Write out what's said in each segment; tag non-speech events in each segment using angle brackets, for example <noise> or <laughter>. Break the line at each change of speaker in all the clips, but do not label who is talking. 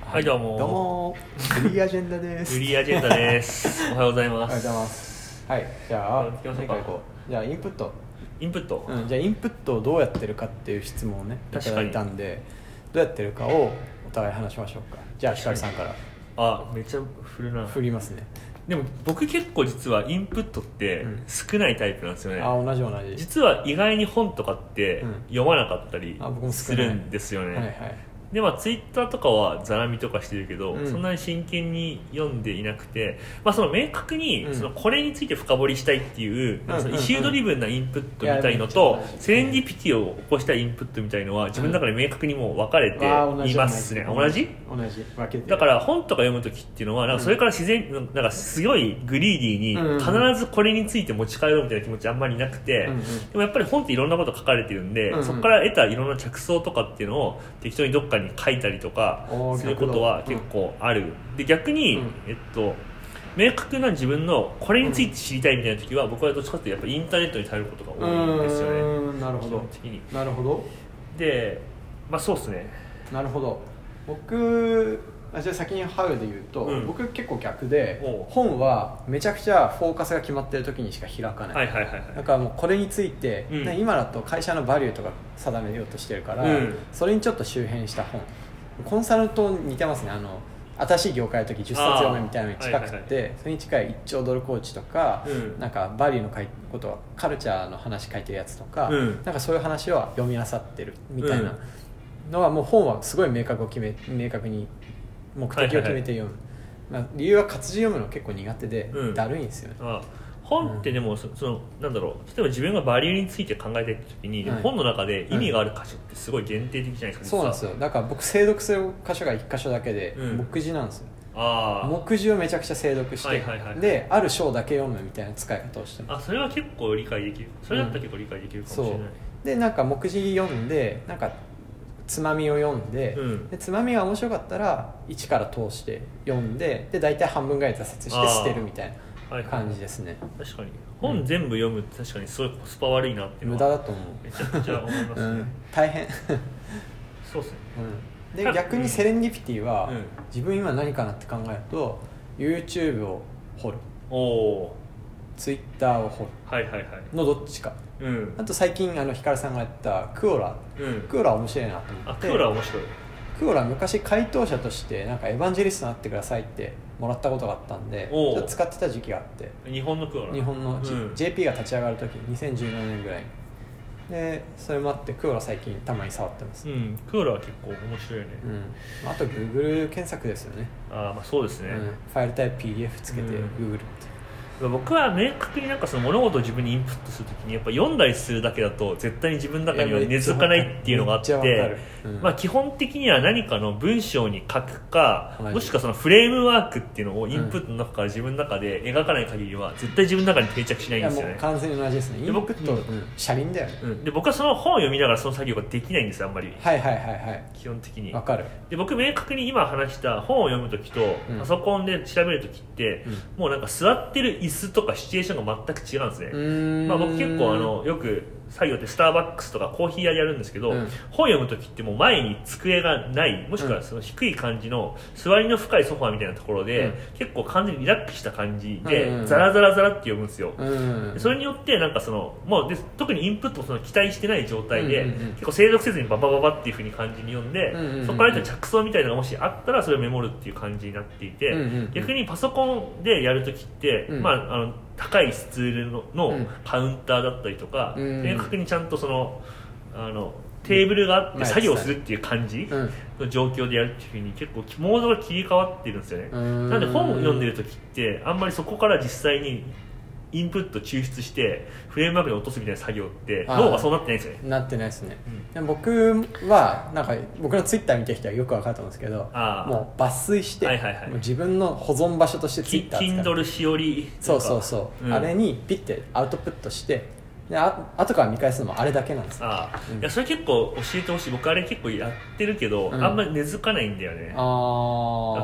はい、どうも。
どうもー、フリーアジェンダです。
フリーアジェンダです。
<laughs>
おはようござい
お
ま
はようご
す。
ざいます。はい、じゃあ、
行きましょうか
何こう。じゃあ、インプット。
インプット。
うん、じゃあ、インプットをどうやってるかっていう質問をね、い
確
た
か
だ
に
いたんで、どうやってるかをお互い話しましょうか。じゃあ、ひかりさんから
あ、めっちゃ振るな。
振りますね。
でも僕結構実はインプットって
うん
少ないタイプなんですよね。
あ、同じ同じ。
実は意外に本とかって
うん
読まなかったり
あ僕も少ない
するんですよね。
はいはい。
でまあ、ツイッターとかはざらみとかしてるけど、
うん
そんなに真剣に読んでいなくて、まあ、その明確に
うん
そのこれについて深掘りしたいっていう、なんかその
うんうんうん
イシュードリブンなインプットみたいのと
いやめっちゃ大事
セレンディピティを起こしたいインプットみたいのは自分の中で明確にもう分かれて
あー同じ
いますね、同じ
同じ。分けてる。
だから本とか読む時っていうのはなんかそれから自然なんかすごいグリーディ
う
ー
ん
に必ずこれについて持ち帰ろうみたいな気持ちあんまりなくて、
うんうん
でもやっぱり本っていろんなこと書かれてるんで、
うんうん
そこから得たいろんな着想とかっていうのを適当にどっかに書いたりとか
おー
することは
逆
結
だ
構ある、で逆に、
うん
えっと明確な自分のこれについて知りたいみたいな時は、僕はどっちかっていうとやっぱインターネットに頼ることが
う
多いんですよね
ーん、なるほ
基
ど
本。的に
なるほど。
でまあそうですね
なるほど僕あじゃあ先にハウで言うと、
うん
僕結構逆で
おう
本はめちゃくちゃフォーカスが決まってる時にしか開かない、
はいはいはいはい
だからもうこれについて、
うん
ね今だと会社のバリューとか定めようとしてるから、
うん
それにちょっと周辺した本コンサルと似てますねあの新しい業界の時10冊読めみたいなのに近くて、
あーはいはい
それに近い一兆ドルコーチとか、
うん
なんかバリューの書いことはカルチャーの話書いてるやつとか、
うん
なんかそういう話は読み漁ってるみたいな、
うん
のはもう本はすごい明確を決め明確に目的を決めて読む、まあ、理由は活字読むの結構苦手で、
うん
だるいんですよね
あ本ってでも、そそのなんだろう例えば自分がバリューについて考えたいって時に、
はい
本の中で意味がある箇所ってすごい限定的じゃないですか
そうなんです
よ
よだから僕精読する箇所が1箇所だけで、
うん
目次なんですよ
あー
目次をめちゃくちゃ精読して、
はいはいはい
である章だけ読むみたいな使い方をしてます
あそれは結構理解できるそれだったら結構理解できるかもしれ
そ、
ないう
でなんか目次読んでなんかつまみを読んで,、
うん
でつまみが面白かったら一から通して読んでで大体半分ぐらい挫折して捨てるみたい
はい
な
はい
感じですね、
確かに本全部読むって確かにすごいコスパ悪いなっていう
無
の
駄
は
だと思う
めちゃくちゃ思いますね、
うん、大変、
そうですね
うん、で逆にセレンディピティは、
うん
自分今何かなって考えると YouTube を掘る
おお
Twitter を掘る
ーはいはいはい
のどっちか
うん
あと最近あのヒカルさんがやったクオラ
うん
クオラ面白いなと思
あ
って
クーラー面白い
クオラ昔回答者としてなんかエヴァンジェリストになってくださいってもらったことがあったんでち
おう
ょっと使ってた時期があって
日本のクーラー
日本の、J-
うん
JP が立ち上がる時2017年ぐらいにでそれもあってクオラ最近たまに触ってます、
うん、クーラーは結構面白いよね、
うん、あと Google 検索ですよね
ああまあそうですね、
うん、ファイルタイプ PDF つけて
うん
Google って、
僕は明確になんかその物事を自分にインプットするときにやっぱ読んだりするだけだと絶対に自分の中には根付かないっていうのがあっ
めっちゃわか
て
る、うん
まあ、基本的には何かの文章に書くか
はい
もしくはそのフレームワークっていうのをインプットの中から自分の中で描かない限りは絶対自分の中に定着しないいん
や
です
も
よ
う
ね、
完全に同じですねイ
で
ン
僕
プット、
う
うん車輪だよね、
うん、で僕はその本を読みながらその作業ができないんですよあんまり
はいはいはいはい
基本的に
わかる
で僕明確に今話した本を読む時と
うん
パソコンで調べる時って、
う
もうなんか座ってる椅子とかシチュエーションが全く違うんですね、
うーん
まあ、僕結構あのよく作業ってスターバックスとかコーヒー屋でやるんですけど、
うん
本読む時ってもう前に机がないもしくはその低い感じの座りの深いソファーみたいなところで、
うん
結構完全にリラックスした感じで、
うんうん
ザラザラザラって読むんですよ、
うん
それによってなんかそのもうで特にインプットもその期待してない状態で、
うんうんうん
結構精読せずにババババっていうふうに感じに読んで、
うんうんうんうん
そこから得た着想みたいなのがもしあったらそれをメモるっていう感じになっていて、
うんうんうん
逆にパソコンでやるときって、
うん
まあ、あの高いスツールの
う
の
ん
カウンターだったりとか、
うんうん
明確にちゃんとそのあのテーブルがあっ
うん
て作業するっていう感じ
うん
の状況でやるっていうふうに結構モードが切り替わってるんですよね。な
なん
で本を読んでる時ってあんまりそこから実際にインプット抽出してフレームワークに落とすみたいな作業って
あー
脳がそうなってないんですよね
なってないですね、で僕はなんか僕のツイッター見てる人はよく分かると思うんですけど
あー
もう抜粋して、
はいはいはい
もう自分の保存場所としてツイ
き
ッター使う
Kindle しおり
そうそうそう、あれにピッてアウトプットしてであ後から見返すのもあれだけなんですよ
ああ、
うん
いやそれ結構教えてほしい僕あれ結構やってるけど、
うん
あんまり根付かないんだよねあ
ああ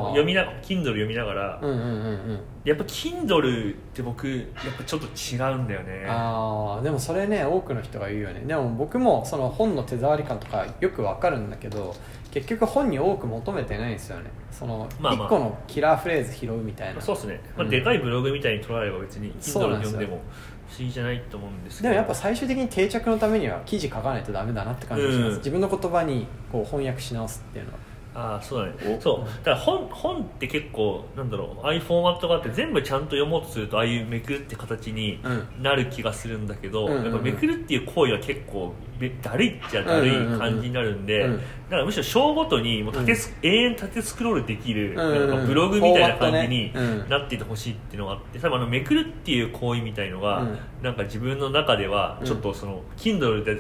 の読みな Kindle 読みながら、
うんうんうんうん
やっぱ Kindle って僕やっぱちょっと違うんだよね
あーでもそれね多くの人が言うよねでも僕もその本の手触り感とかよくわかるんだけど結局本に多く求めてないんですよねその
まあまあ
1個のキラーフレーズ拾うみたいな、
そうですね、まあ
うん
でかいブログみたいに捉えれば別に
そう
Kindle
な
で
んです
読ん
よ
でも不思議じゃないと思うんですけ
で
ど
もやっぱ最終的に定着のためには記事書かないとダメだなって感じがします、
うん
自分の言葉にこう翻訳し直すっていうのは
ああそうだね
お
そうだから本本って結構なんだろうああいうフォーマットがあって全部ちゃんと読もうとするとああいうめくるって形に
うん
なる気がするんだけど、
うんうんうん
やっぱめくるっていう行為は結構めだるいっちゃだるい感じになるんで、
うんうんうんうん
だからむしろ章ごとにもう縦ス、永遠縦スクロールできる、
うんうん
なんかブログみたいな感じに
フォーマットねうん
なっていてほしいっていうのがあって多分あのめくるっていう行為みたいのが、
うん
なんか自分の中では
うん
ちょっとその、Kindle で違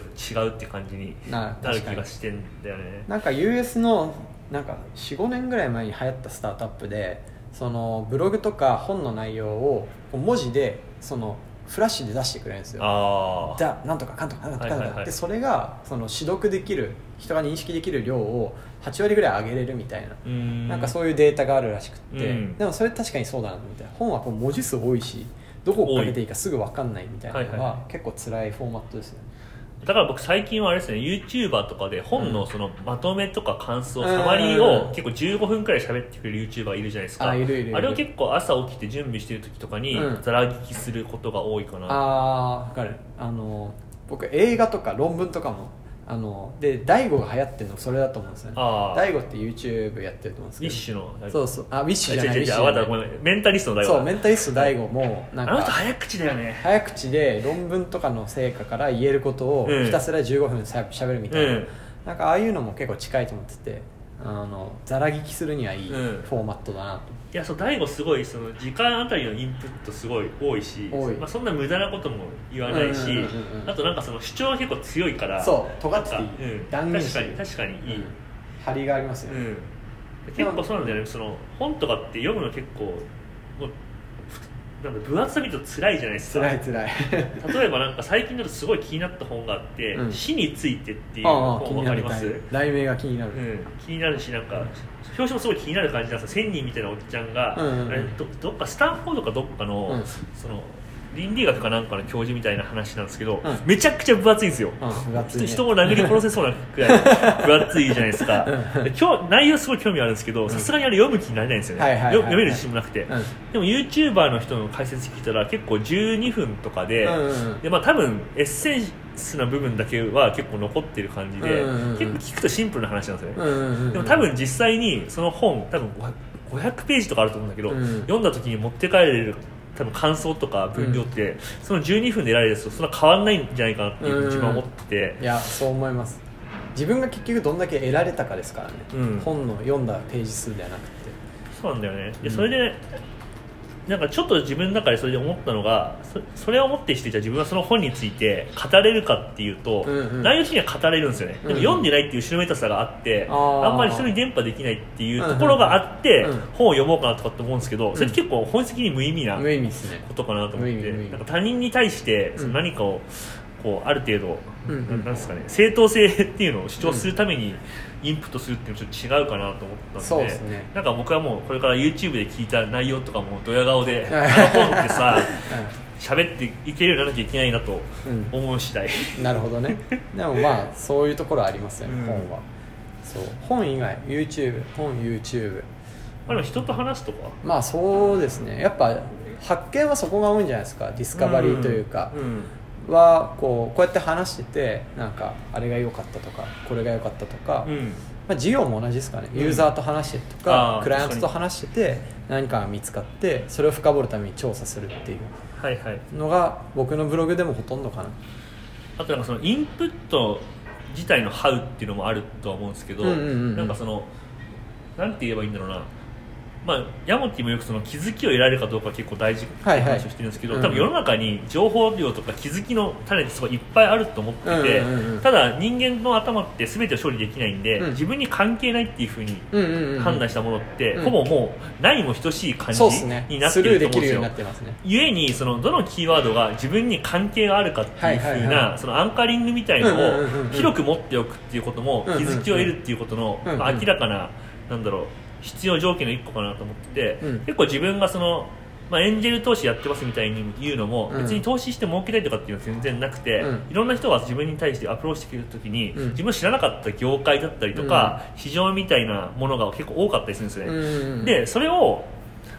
うって感じに
な
なる
確か
気
に
がしてんだよね。
なんか US のなんか45年ぐらい前に流行ったスタートアップでそのブログとか本の内容をこう文字でそのフラッシュで出してくれるんですよ
あー
だなんとかかんとかなんと
は
かなんとか、
いはいはい
でそれがその視読できる人が認識できる量を8割ぐらい上げれるみたいな、
うん
なんかそういうデータがあるらしくって、
うん
でもそれ確かにそうだなみたいな本はこう文字数多いしどこを追っかけていいかすぐ分かんないみたいなの
はいはい
は結構辛いフォーマットですよね、
だから僕最近はあれですね YouTuber とかで本のそのまとめとか感想、
うん
サマリー
うん
を結構15分くらい喋ってくれる YouTuber いるじゃないですか
あいるいるいる
あれを結構朝起きて準備してる時とかに
うん
ざら聞きすることが多いかな、
あーわかるあの僕映画とか論文とかもあので大悟が流行ってるのそれだと思うんですよね
ああ
大悟って YouTube やってると思うんです
ウィ
け
ッ
ど
シュの
そううそうあウィッシュじゃ
違う
な
違う
いウィッ
違
シ
う
ュ
あわかった
じゃ
ご
ない
めんメンタリストの大
そう
悟
メ
だ
ンタリスト大悟もなん
あの人
か
早口だよね
早口で論文とかの成果から言えることを
うん
ひたすら15分さしゃべるみたいな、
うん
なんかああいうのも結構近いと思っててあのざら聞きするにはいいフ
うん
ォーマットだなと、
いやそう大悟すごいその時間あたりのインプットすごい多いし
多い
まあ、そんな無駄なことも言わないし、
うんうんうんうん
あとなんかその主張が結構強いから
そう尖ってていい
うん、
断言し
確か
ていい
に確かにいい、
うん張りがありますよね、
うん、結構そうなんだよねその本とかって読むの結構もうふなんだ分厚さ見ると辛いじゃないですか
辛い辛い
例えばなんか最近だとすごい気になった本があって「
うん
死について」っていう
ああ
本
気に
分
な
かり
る
ます
題名が気になる、
うん、気になるしなんか表紙もすごい気になる感じなんですよ千人みたいなおっちゃんが、
うんうんうん
あれどどっかスタンフォードかどっかの,、
うん
その倫理学かなんかの教授みたいな話なんですけど、
うん
めちゃくちゃ分厚いんですよ、
うん分厚いね
人を殴り殺せそうなく
<laughs>
らい分厚いじゃないですか
うん
で今日内容すごい興味あるんですけどさすがにあれ読む気になれないんですよね、
はいはいはいはい
よ読める自信もなくて、
うん
でも YouTuber の人の解説聞いたら結構12分とかで,、
うんうんうん
でまあ、多分エッセンスな部分だけは結構残ってる感じで、
うんうんうん
結構聞くとシンプルな話なんですよね、
うんうんうん
でも多分実際にその本多分500 500ページとかあると思うんだけど、
うん
読んだ時に持って帰れる多分感想とか分量って、その12分で得られるやつとそんな変わんないんじゃないかなっていうふうに自分は思ってて、
いやそう思います自分が結局どんだけ得られたかですからね、
うん
本の読んだページ数ではなくて
そうなんだよね、
うん
でそれでなんかちょっと自分の中でそれで思ったのがそそれをもってしてじゃあ自分はその本について語れるかっていうと、
うんうん
内容的には語れるんですよねで
うん
も
うん
読んでないっていう後ろめたさがあって、
あー
あんまり人に伝播できないっていうところがあって、
うんうんうん
本を読もうかなとかって思うんですけどそれって結構本質的に無意味な
無
こ
意味ですね
とかなと思っ
無意味
て
無意味
なんか他人に対して
ん
その何かをこうある程度、
うんうん
ななんですかね正当性っていうのを主張するためにインプットするっていうのはちょっと違うかなと思ったんで
そうですね
なんか僕はもうこれから YouTube で聞いた内容とかもドヤ顔
<laughs>
で
はい
あの本ってさ喋っていけるようにならなきゃいけないなと
うん
思う次
<laughs>
第
うんなるほ
<laughs>
どねでもまあそういうところありますよね、
うん
本はそう本以外 YouTube 本 YouTube
まあでも人と話すとか
まあそうですねやっぱ発見はそこが多いんじゃないですかディスカバリーというか、
んん
はこうこうやって話しててなんかあれが良かったとかこれが良かったとか、
うん
まあ、授業も同じですかね、
うん
ユーザーと話してと
あ
か
ー
クライアントと話してて何かが見つかってそれを深掘るために調査するっていう
はいはい
のが僕のブログでもほとんどかな
あとなんかそのインプット自体の「ハウっていうのもあるとは思うんですけど、
うんうんうんうん
なんかそのなんて言えばいいんだろうなまあ、ヤモティもよくその気づきを得られるかどうか結構大事って
はいはい
話をしてるんですけど、
うん
多分世の中に情報量とか気づきの種ってすごいいっぱいあると思ってて、
うんうんうん
ただ人間の頭って全てを処理できないんで、
うん
自分に関係ないっていうふうに
うんうんうん
判断したものって、
うん
ほぼもう何も等しい感じ
そうですね
になっ
ス
て
ルー
ると思うんで
できる
す
よう
よ
になってますね
ゆえにそのどのキーワードが自分に関係があるかっていうふうな、
はいはいはい
そのアンカリングみたいの
うんうんうんうん
を広く持っておくっていうことも
うんうんう
気
ん
づきを得るっていうことの、
うんうん
まあ明らかななんだろう必要条件の一個かなと思ってて、
うん
結構自分がその、まあ、エンジェル投資やってますみたいに言うのも、
うん
別に投資して儲けたいとかっていうのは全然なくて、
うん
いろんな人が自分に対してアプローチしてくるときに、
うん
自分の知らなかった業界だったりとか、市場みたいなものが結構多かったりするんですよね。
うん
でそれを、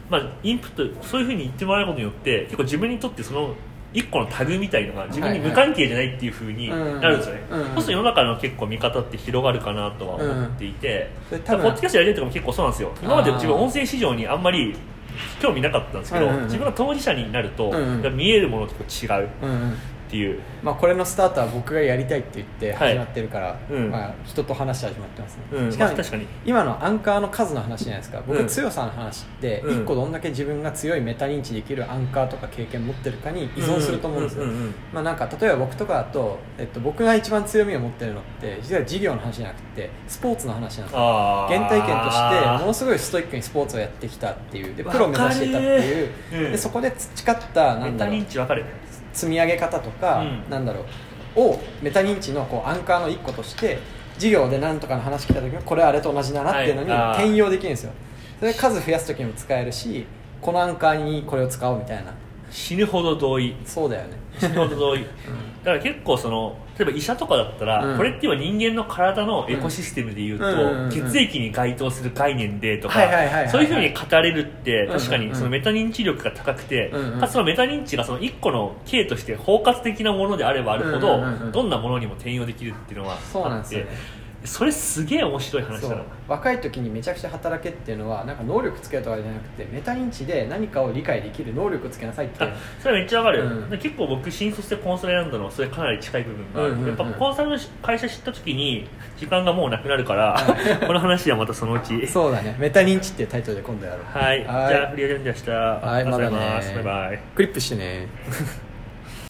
まあ、インプットそういうふうに言ってもらうことによって結構自分にとってその一個のタグみたいのが自分に無関係じゃないっていうふうになるんですよね、
うんうん
そうすると世の中の結構見方って広がるかなとは思っていて、
うん
だからポッドキャストやりたいとかも結構そうなんですよ今まで自分
あー
音声市場にあんまり興味なかったんですけど、
うんうんうん
自分が当事者になると、
うんうん
やっぱ見えるものと結構違うっ
うんうん
ていう
まあ、これのスタートは僕がやりたいって言って
はい
始まってるから、
うん
まあ、人と話して始まってますね、
うん
しかも、
まあ確かに
今のアンカーの数の話じゃないですか僕、
うん
強さの話って
うん
1個どんだけ自分が強いメタ認知できるアンカーとか経験持ってるかに依存すると思うんですよ、
んん
まあ、なんか例えば僕とかだと、えっと、僕が一番強みを持ってるのって実は事業の話じゃなくてスポーツの話なんですよ
あー
原体験としてものすごいストイックにスポーツをやってきたっていうでプロを目指してたっていう
わかるうん
でそこで培ったな
メ
ん
タ
だろう
認知わかる
積み上げ方とか、
うん
なんだろうをメタ認知のこうアンカーの一個として授業で何とかの話来た時にこれあれと同じだなっていうのに
はいあー
転用できるんですよ、それ数増やす時にも使えるしこのアンカーにこれを使おうみたいな
死ぬほど同意
そうだよね
死ぬほど同意だから結構その例えば医者とかだったら、
うん
これって今人間の体のエコシステムでいうと、
うんうんうんうん
血液に該当する概念でとか、
はいはいはいはい
そういうふうに語れるって
うん
確かにそのメタ認知力が高くて、
うんうん
かつそのメタ認知がその一個の系として包括的なものであればあるほど、
うんうんうんうん
どんなものにも転用できるっていうのはあって
そうなんですよね
それすげえ面白い話
そ
だな
う若い時にめちゃくちゃ働けっていうのはなんか能力つけるとかじゃなくてメタ認知で何かを理解できる能力つけなさいっていう
あそれめっちゃわかる、
うん
で結構僕新卒でコンサル選んだのはそれかなり近い部分がある、
うんうんうん
やっぱコンサルの会社知った時に時間がもうなくなるから、この話はまたそのうち
そうだねメタ認知っていうタイトルで今度やろう
はい、じゃあフリーアジェンダした
はいまだね
バイバイ
クリップしてね